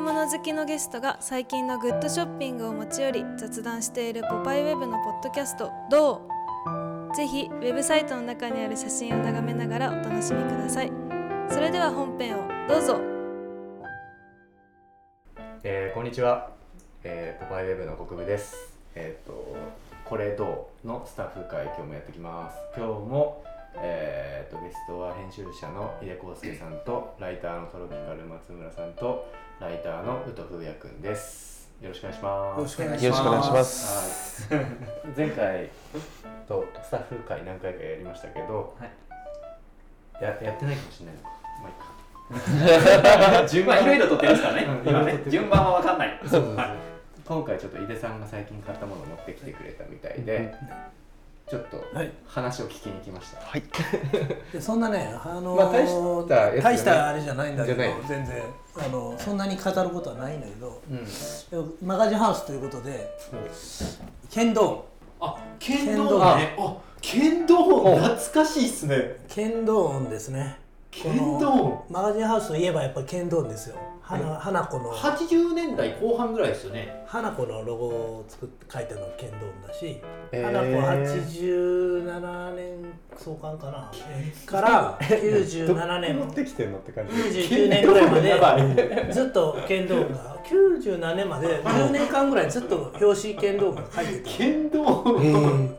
物好きのゲストが最近のグッドショッピングを持ち寄り雑談しているポパイウェブのポッドキャスト「どう?」ぜひウェブサイトの中にある写真を眺めながらお楽しみくださいそれでは本編をどうぞえー、こんにちは、えー、ポパイウェブの国部ですえっ、とこれどうのスタッフ会今日もやってきます今日もえー、とゲストは編集者の井出康介さんとライターのトロピカル松村さんとライターの宇都風也くんですよろしくお願いしますよろしくお願いよろしくお願いします。はい前回とスタッフ会何回かやりましたけど、はいややってないかもしれないのかまあいいか順番いろいろとってますからねうん。今いろいろ撮ってねる順番はわかんない。そうそうそうはい今回ちょっと井出さんが最近買ったものを持ってきてくれたみたいでちょっとはい話を聞きに来ました、はい。でそんなね、あのーまあ大したやつじゃない大したあれじゃないんだけどじゃない全然あのそんなに語ることはないんだけどうん、でもマガジンハウスということで剣道あ、剣剣道道ね。あ、剣道懐かしいっすね。剣道音ですねこの剣道マガジンハウスといえばやっぱり剣道音ですよ花,、花子の80年代後半ぐらいですよね。花子のロゴを作って書いてるの剣道音だし、えー花子は87年創刊かな、えーから97年持ってきてんのって感じ99年ぐらいまやばいでずっと剣道部が97年まで10年間ぐらいずっと表紙剣道部が書いてた剣道こういうね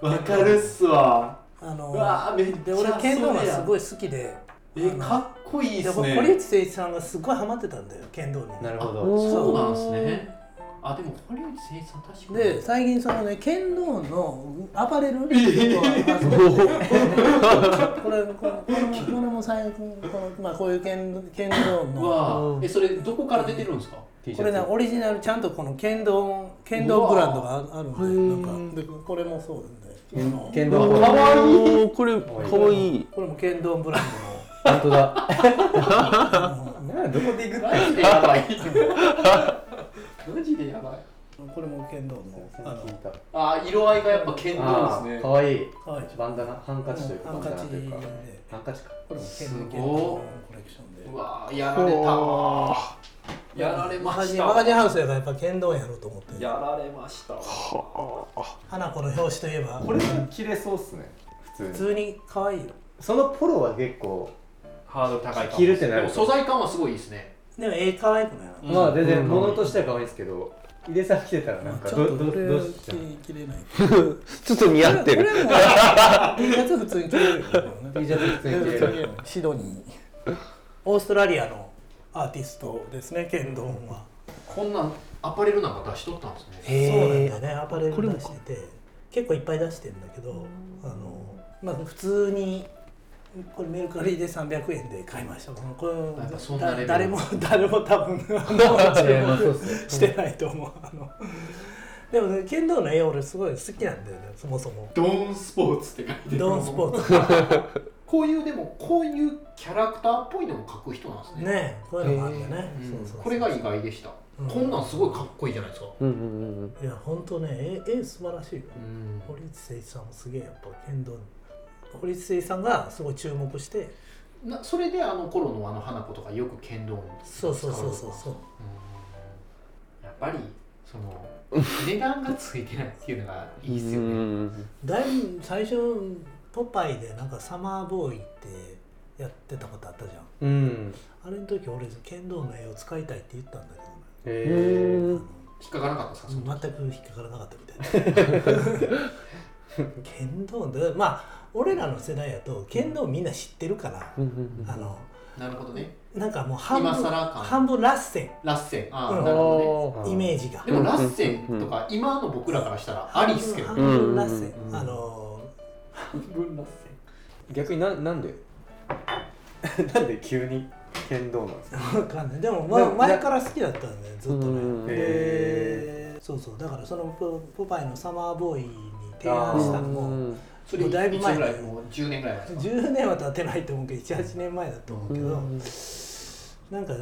わかるっすわ。あのうわーめっちゃで俺剣道がすい。ごい好きでえ、かっこいいっですこれ堀ね。内誠一さんがすごいハマってたんだよ剣道になるあほどそうなんですね。あ、でも堀内誠一さん確かに。で最近そのね剣道のアパレルこれここのこれも最近この、まあ、こういう剣剣道うのわーえ、それどこから出てるんですか。 T シこれねャツオリジナルちゃんとこの剣道剣道ブランドがああるんでなんかでこれもそうなんであの剣か道部わいい。これかわいい。これも剣道ブランドの本当だマジでやばい。マジでやばい。これも剣道の あ聞いのたあー色合いがやっぱ剣あ道でーすかねわいい可愛いでしょバンダナハンカチというかうバんンダナというかハハンンカカチかこれも剣道すごいのコレクションでうわーやられたわーやられまマガしジンたマガわジンハウスやからやっぱ剣道やろうと思ってやられましたわ花子の表紙といえばこれは切れそうっすね普普通に通に可愛いよそのポロは結構ハードル高いかも着るってなでるもと素材感はすごいいいですねでも絵可愛くないなまあ全然物としては可愛いですけど井出さん着てたらなんかちどょっどとこれどうはしちゃう着れない ちょっと似合ってこる。れも T シャツ普通に着れるよね T シャツ普通に着れるシドニーオーストラリアのアーティストですね剣道はこんなんアパレルなんか出しとったんですねそうなんだへよねアパレル出してて結構いっぱい出してんだけどあのまあ普通にこれメルカリで300円で買いましたこのこやっぱそんれなレベルだ誰も 誰も多分あのいやまあそうっ注すね目してないと思うあのでもね剣道の絵俺すごい好きなんだよねそもそもドーンスポーツって書いてるドーンスポツーツこういうでもこういうキャラクターっぽいのも描く人なんですねねこういうのもあるんだねうんそうそうそうこれが意外でした、うんこんなんすごいかっこいいじゃないですかうんうんいうんや本当ね絵絵素晴らしいようん堀内誠一さんもすげえやっぱ剣道堀内誠一さんがすごい注目してなそれであの頃のあの花子とかよく剣道をそうそうそうそうそううんやっぱりその値段がついてないっていうのがいいっすようんね。だいぶ最初ポパイでなんかサマーボーイってやってたことあったじゃうんんあれの時俺剣道の絵を使いたいって言ったんだけどへうーん。引っかからなかったですかそのね全く引っかからなかったみたいな 剣道でまあ俺らの世代やと剣道みんな知ってるから、うんうんあのなるほどね。なんかもう半分今更感半分ラッセラッセン。ああ、うんなるほどあね。ーンイメージがでもラッセンとか今の僕らからしたらありっすけど。半半分ラッセン、うんうんうんあの分ラッセ逆にななんでなんで急に剣道なんですか わかんないでも、まあ、な前から好きだったんでずっとうんねへでそうそうだからそのポポパイのサマーボーイに提案したのもうんン。それもうだいぶいつ前ぐらいもう10年ぐらい前ですか。 10年は経ってないと思うけど78年前だと思うけど、うんなんか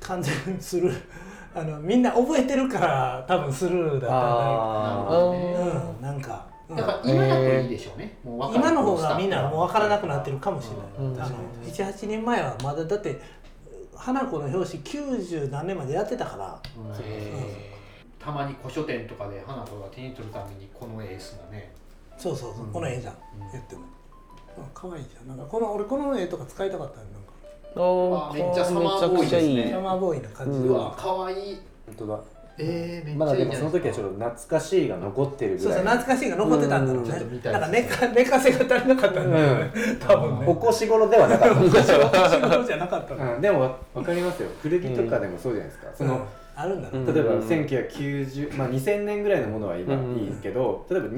完全にスルー あのみんな覚えてるから多分スルーだっなるあほーたどんだね。ようんなんか、うんだから今だといいでしょうね。もう若い今の方がみんなもう分からなくなってるかもしうんれない、あの78年前はまだだって花子の表紙90何年までやってたからへーたまに古書店とかで花子が手に取るためにこのエースがね、そうそうそう、うんこの絵じゃんうん言っても、うん、可愛いじゃんなんかこの俺この絵とか使いたかったのなんかあああめっちゃサマーボーイですねシャマーボーイな感じうで、んうわかわいい本当だえー、めっちゃいいじゃないですかまだでもその時はちょっと懐かしいが残ってるぐそうらそうい懐かしいが残ってたんだろううんねちょっと見たいなんか寝ですか寝かせが足りなかったんだよね、多分ねお腰頃ではなかった仕事じゃなかったの、うん、でもわ分かりますよ古着とかでもそうじゃないですか、そうんのあるんだろう、うん例えば1990、まあ、2000年ぐらいのものは今うんいいですけど、例えば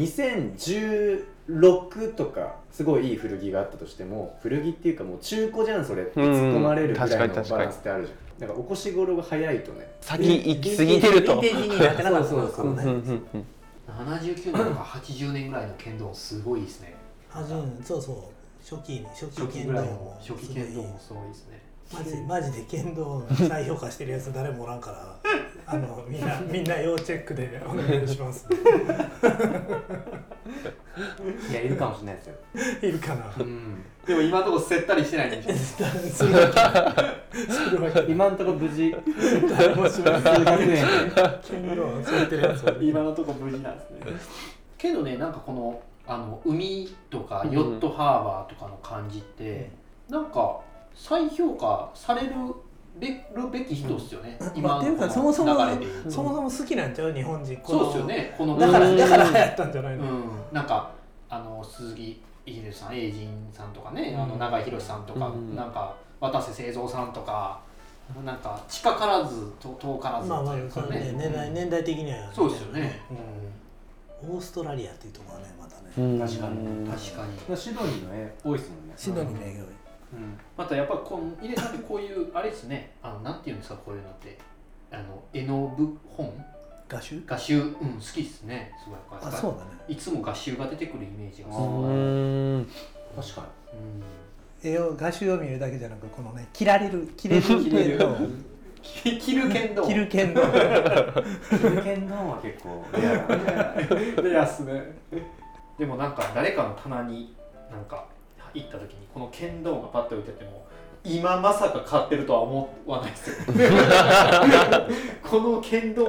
2016とかすごいいい古着があったとしても古着っていうかもう中古じゃんそれって突っ込まれるぐらいのうんバうん確かに確かにランスってあるじゃん、なんかお腰頃が早いとね先行き過ぎてると。ヴィンテージになってなかったそのうかうもんうんねうんうん79年とか80年ぐらいの剣道すごいですね初めそうそう初期に初期初期剣ぐ道らいもの初期剣道もすごいですねマジマジで剣道再評価してるやつ誰もおらん からあのみんなみんな要チェックでお願いします いやいるかもしれないですよ、いるかなうん、でも今のところせったりしてないんでしょするわけするわけ今んとこ無事誰も知らん数学園で剣道を使ってるやつ今のところ無事なんですね けどねなんかこのあの海とかヨットハーバーとかの感じって、なんか再評価されるべるべき人っすよね、まあ今っていうかそのもそこもの流れで言うとそもそも好きなんちゃう日本人このそうっすよねこのだからうんだから流行ったんじゃなういの、ん、なんかあの鈴木秀さん英人さんとかね、あの永井宏さんとか、うんなんか渡瀬製三さんとかなんか近からずと遠からずまあまとあいうそかうねね、年代年代的には、ね、そうですよね、オーストラリアっていうところはねまたね、うん確かに確かにシドニーの絵多いですもんねシドニー名がうんまたやっぱこの井出さんってこういうあれですねあのなんていうんですかこういうのってあの絵の部本画集画集うん好きですねすごいやっぱあそうだねいつも画集が出てくるイメージがうすごい、うんん確かに絵を画集を見るだけじゃなくこのね切られる切れる切れ る 切る剣道切る剣 道中堅丼は結構レアだねで安ねでもなんか誰かの棚になんか行った時にこの剣道がパッと置いてあっても今まさか買ってるとは思わないですよ この剣道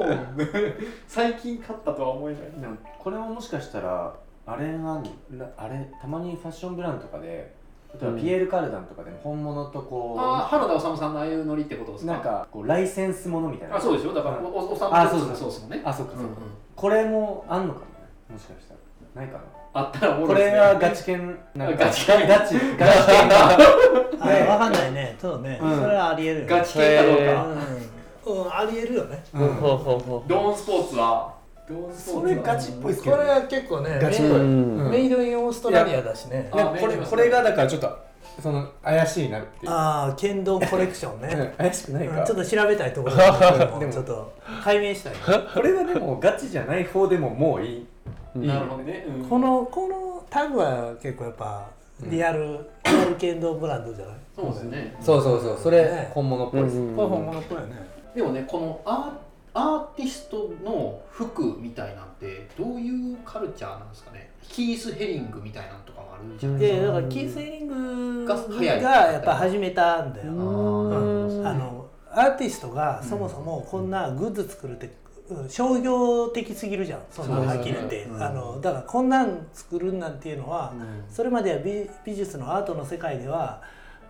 最近買ったとは思えないでもこれももしかしたらあれがらあれたまにファッションブランドとかで例えばピエール・カルダンとかでも本物とこう、ああ原田修さんのああいうノリってことですかなんかこうライセンスものみたいなあそうでしょだからうんおおおさんあそうそうそうですもんねあそっかうそんっうかん、これもあんのかもねもしかしたらないかなあったらおもころいでれすねがガチ犬なんかガチガチ犬ガチ犬があ分かんないねそうね、うんそれはありえるよねガチ剣かどうへかうん、うん、ありえるよね ほうほうほうドーンスポーツはドーンスポーツはチっぽいっすけどねこれは結構ねガチっぽいメイうんメイドインオーストラリアだしねあなんかこれこれがだからちょっとその怪しいなっていうああ剣道コレクションうね、ん怪しくないうん、かちょっと調べたいところだけでどもちょっと解明したいこれはでもガチじゃない方でももういいうんなるほどね、うんこのこのタグは結構やっぱリアル、リアル剣道ブランドじゃないそうですねそうそうそうそれ本物っぽいっすこれ本物っぽいよねでもねこのアーアーティストの服みたいなんてどういうカルチャーなんですかねキース・ヘリングみたいなんとかもあるじゃないですでだからキース・エリングがが早いやっぱ始めたんだよ、か、うんあのアーティストがそもそもこんなグッズ作るって、うん商業的すぎるじゃんそんなそうはでっすねきり言って、うんあのだからこんなん作るなんていうのは、それまでは美美術のアートの世界では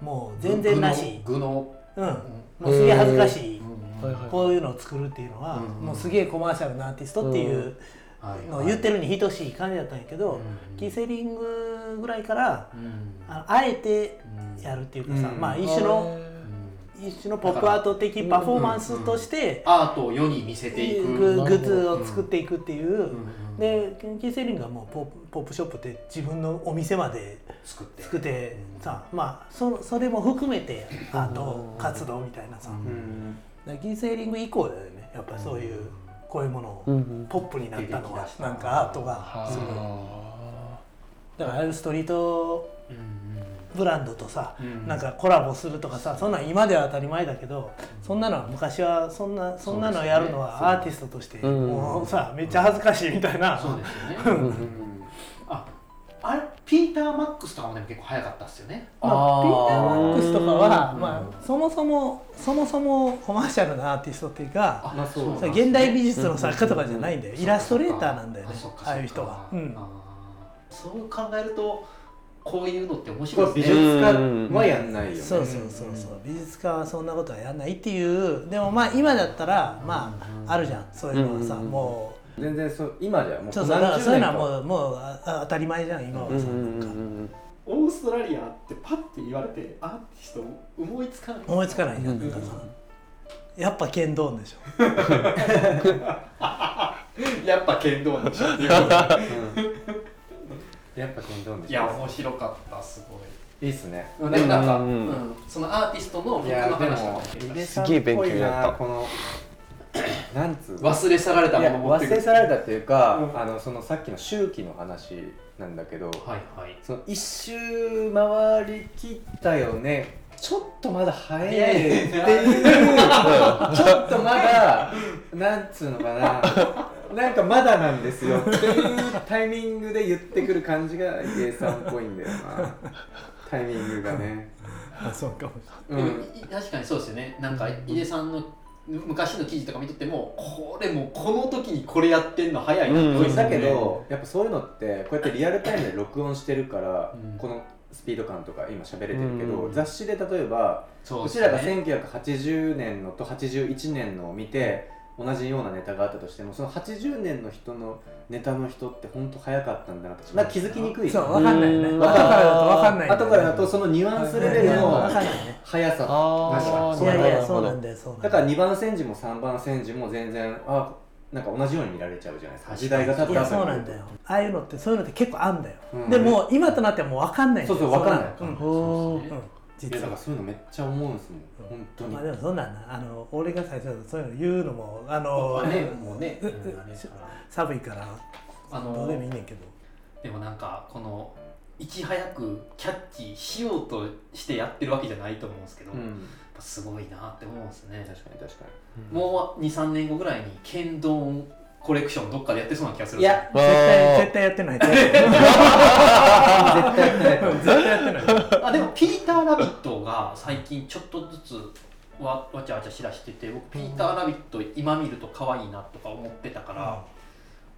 もう全然なし、具のうん、具のもうすげえ恥ずかしい、うんはいはいこういうのを作るっていうのは、うんもうすげえコマーシャルなアーティストっていうはいのを言ってるに等しい感じだったんやけど、キーセリングぐらいからうんああえてうんやるっていうかさ、うんまあ一種のうん一種のポップアート的パフォーマンスとしてアートを世に見せグていく、グッズを作っていくっていううんでキーセリングはもうポップポップショップって自分のお店まで作って作ってうんさまあそそれも含めてアート活動みたいなさうだんからキーセリング以降だよねやっぱりそういうこういうものうんうをんポップになったの出はてきだしたなんかアートがはすごいあだからああいうストリートブランドとさうんなんかコラボするとかさそんなん今では当たり前だけどそんなのは昔はそんなそんなのやるのはアーティストとしてうんもうさめっちゃ恥ずかしいみたいなそうですよね、うんああピーター・マックスとかもでも結構早かったっすよねまあ、あーピーター・ワックスとかは、うんまあ、そもそもそもそもコマーシャルなアーティストっていうかまあそうさ現代美術の作家とかじゃないんだよイラストレーターなんだよねそっかそっかああいう人は、うんあーそう考えるとこういうのって面これ白はい美です術ね家はやんないよねそうそうそうそう美術家はそんなことはやんないっていうでもまあ今だったらまああるじゃんそういうのはさ、うんもう全然そう今じゃもうそうそうだから何十そういう年のはかもうもうああ当たり前じゃん今はうんうさ、んうなんかんオーストラリアってパッて言われてアーティスト思いつかない思いつかないじゃん、うんなんかさやっぱ剣道でしょ やっぱ剣道なんでしょっていうことでやっぱ剣道部いや面白かったすごいいいっすねでもなんか、ううんんそのアーティストのい僕のやで話とかもも聞井い出てたしさんっぽいすげえ勉強になったこのなんつうの忘れ去られたいもやの持って忘くれ去られたっていうか、うんあのそのさっきの周期の話なんだけどはいはいその一周回りきったよねちょっとまだ早いっていうちょっとまだなんつうのかななんかまだなんですよっていうタイミングで言ってくる感じがイエさんっぽいんだよなタイミングがねあそうかもしうでもんい確かにそうですよねなんか井出さんの昔の記事とか見とってもこれもうこの時にこれやってんの早いなって思いうまんすねだけどやっぱそういうのってこうやってリアルタイムで録音してるから、うんこのスピード感とか今喋れてるけど、うん雑誌で例えばそううちらがですね1980年のと81年のを見て同じようなネタがあったとしてもその80年の人のネタの人って本当早かったんだなってなんか気づきにくれないいそう分かんないよねうん後からだと分かんないんよね後からだとそのニュアンスレベルうんの分かんないね速さあ確あかいにやいやなるほそうどなんだよそうなんだだかよら2番煎じも3番煎じも全然あなんか同じように見られちゃうじゃないですか時代が経った後いやにそうなんだよああいうのってそういうのって結構あんだよ、うんでも今となってはもう分かんないんだそうよそう分かんないそんのそうでうん、すねういん、や実だはからそういうのめっちゃ思うんですもん本当にまあでもそんなんなあの俺が最初だとそういうの言うのもあの、ねもうね、うんあれですから寒いからあどのうでもいいねんけどでもなんかこのいち早くキャッチしようとしてやってるわけじゃないと思うんですけど、うやっんぱすごいなって思うんですね確かに確かもう23年後ぐらいに剣道コレクションどっかでやってそうな気がするにいや絶対絶対やってない絶対絶対やってないと思う絶対やってないあでもピーター・ラビットが最近ちょっとずつわわちゃわちゃしらしてて僕ピーター・ラビット今見ると可愛いなとか思ってたから、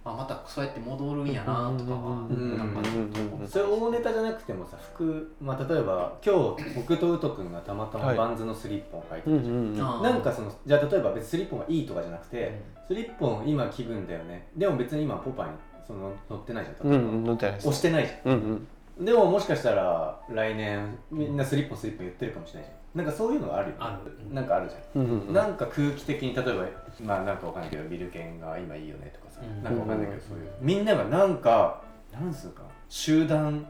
まあ、またそうやって戻るんやなとかはうんなんかちょっと思ってそれ大ネタじゃなくてもさ服、まあ、例えば今日僕とウト君がたまたまはいバンズのスリッポンを履いてうる、んうんうんあーなんかそのじゃあ例えば別にスリッポンがいいとかじゃなくうて、んスリッポン今気分だよねでも別に今ポパイにその乗ってないじゃんう例えば、んうん乗ってないです押してないじゃうんうんんでももしかしたら来年みんなスリッポンスリッポン言ってるかもしれないじゃんなんかそういうのがあるよねあるなんかあるじゃん、うんうんうんなんか空気的に例えばまあなんかわかんないけどビルケンが今いいよねとかさ、うんなんかわかんないけどそういうみんながなんかなんすか集団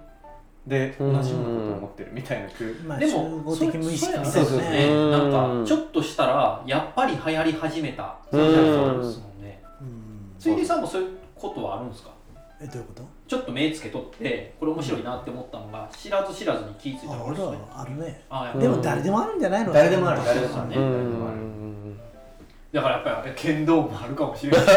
で同じようなことを思ってるみたいな空まあで集も合的無意識みたそいれなそれはねねうんなんかちょっとしたらやっぱり流行り始めたうんそうですもんねうんついでさんもそういうことはあるんですかえどういうことちょっと目つけとってこれ面白いなって思ったのが知らず知らずに気ぃついたらああれ俺ですねらあるねあやっぱでも誰でもあるんじゃないの誰でもある誰誰ででももああるるねうんうんだからやっぱり剣道もあるかもしれないこ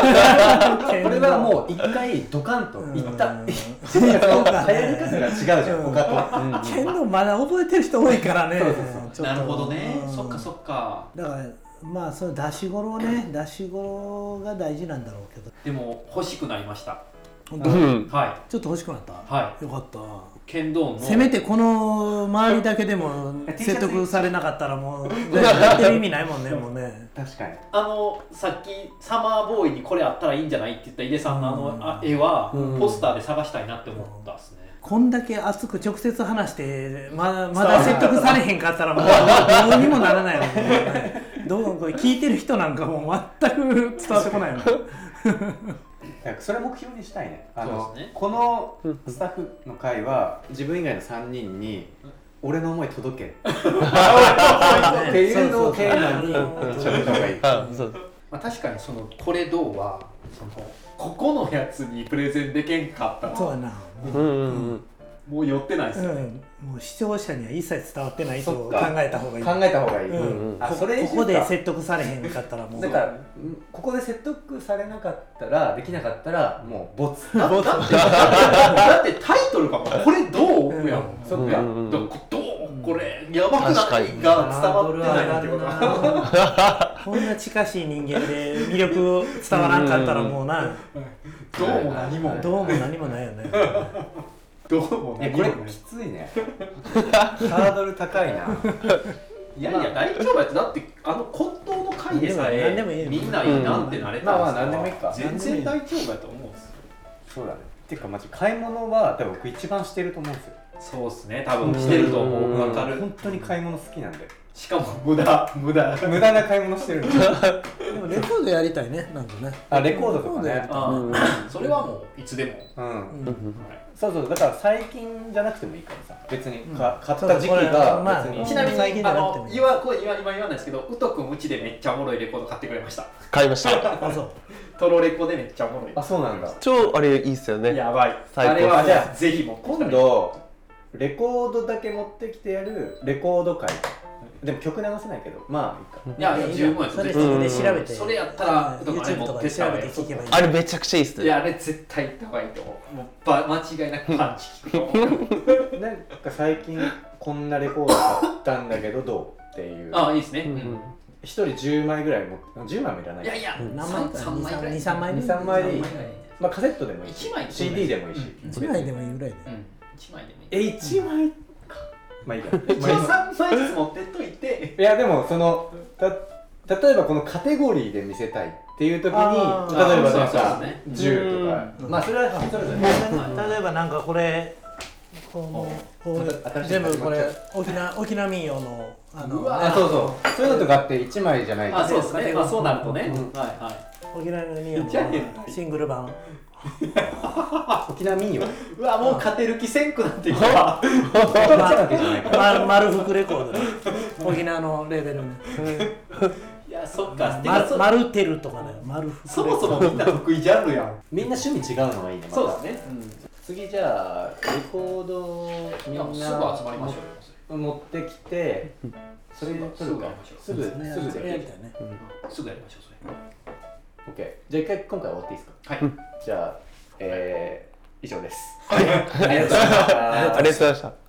れはもう一回ドカンといった、うんいってるやつの流 行り方が違うじゃん、うん他とうんうん剣道まだ覚えてる人多いからねそうそうそうちょっとなるほどねうんそっかそっかだからまあその出し頃ね出し頃が大事なんだろうけどでも欲しくなりました本う当んはちょっと欲しくなった、いはよかったい剣道のせめてこの周りだけで も T シャツ説得されなかったら もうやってる意味ないもんねもうね確かにあのさっきサマーボーイにこれあったらいいんじゃないって言った井出さんのあうんのあ絵はうんポスターで探したいなって思ったっすねこんだけ熱く直接話してままだ説得されへんかったらもうどうにもならないもんねどうこれ聞いてる人なんかもう全く伝わってこないもんだからそれ目標にしたいねあのそうですねこのスタッフの会は自分以外の3人に俺の思い届けっていうのをテーマに喋った方がいいあそうまあ、確かにそのこれどうはそのここのやつにプレゼンできんかったそうらやなうんうんうんもう寄ってないですよね、うん、もう視聴者には一切伝わってないとそっ考かえた方がいい。考えた方がいい、うんうんあこそれにこするこかで説得されへんかったらもうだからうんここで説得されなかったらできなかったらも うボツだだってだってタイトルがもうこれどうやもん、そっうか、んどどうこれやばくないが伝わってないってことハードル上がるな こんな近しい人間で魅力を伝わらんかったらもうな、どうも何もどうも何もないよね。どうもえ何こもれねきついねハードル高いないやいや大丈夫やってだってあの骨董の回でさ何でもいいえよみんななんてなれたんでうすからんまあまあ何でもいいか全然大丈夫やと思うんですよ そうだねてかマジ買い物は多分僕一番してると思うんですよそうっすね多分してると思ううんわかる本当に買い物好きなんでしかも無駄無駄無駄な買い物してるんです よでもレコードやりたいね、なんかね。あレコードとかねあうんあそれはもういつでうもんうんそうそうだから最近じゃなくてもいいからさ別にか、買っそうた時期これがまあ別に、うんちなみ最近にじあゃなくてものいい言わこれ今今言わないですけどうとくんうちでめっちゃおもろいレコード買ってくれました買いました。あ、そう。トロレコでめっちゃおもろいあそうなんだ超あれいいっすよね。やばい最高あれはあじゃあぜひもう今度レコードだけ持ってきてやるレコード会でも曲流せないけどまあいいかいやいや十分やそれ絶対それで調べて。それやったらうん YouTube とかで調べて聞けばいい。あれめちゃくちゃいいっすいやね。あれ絶対行った方がいいと思うもうば間違いなくパンチ効くと思うなんか最近こんなレコード買ったんだけどどうっていうああいいですね、ううんん一人10枚ぐらい持って10枚もいらないいやいや、何枚三か三枚ぐらい2、3枚二三枚でいい三枚ぐらいまあカセットでもいいし一枚 CD でもいいし、うん1枚でもいいぐらいで。うん一枚でもいいえ一枚かまあいいや一まあいい応や三枚ずつ持ってっといていやでもそのた例えばこのカテゴリーで見せたいっていう時に例えあーばなんそうそうかそうね10とかうんまあそれはそれぞれ例えばなんかこれ、こう、こまたう新しい全部これ沖縄、沖縄民謡の、あの、うわあそうそうそういうのとかって1枚じゃないあそうですねまあそうなるとね、うんはいは沖縄の民謡じゃねえのシングル版。沖縄民謡いうわもう勝てる気せんくなってきたま、丸福レコードね沖縄のレベルのいやそっかてまかそ丸てるとかね丸福そもそもみんな得意ジャンルやんみんな趣味違うのがいいねまたそうですね、次じゃあレコードうん、みいんやなもうすぐ集まりましょうよ持ってきてそれで撮るかすすぐすねぐそでれやりるたいねすぐやりましょうそれ OK じゃあ一回今回終わっていいですかはい、じゃあえー以上ですありがとうございましたありがとうございました。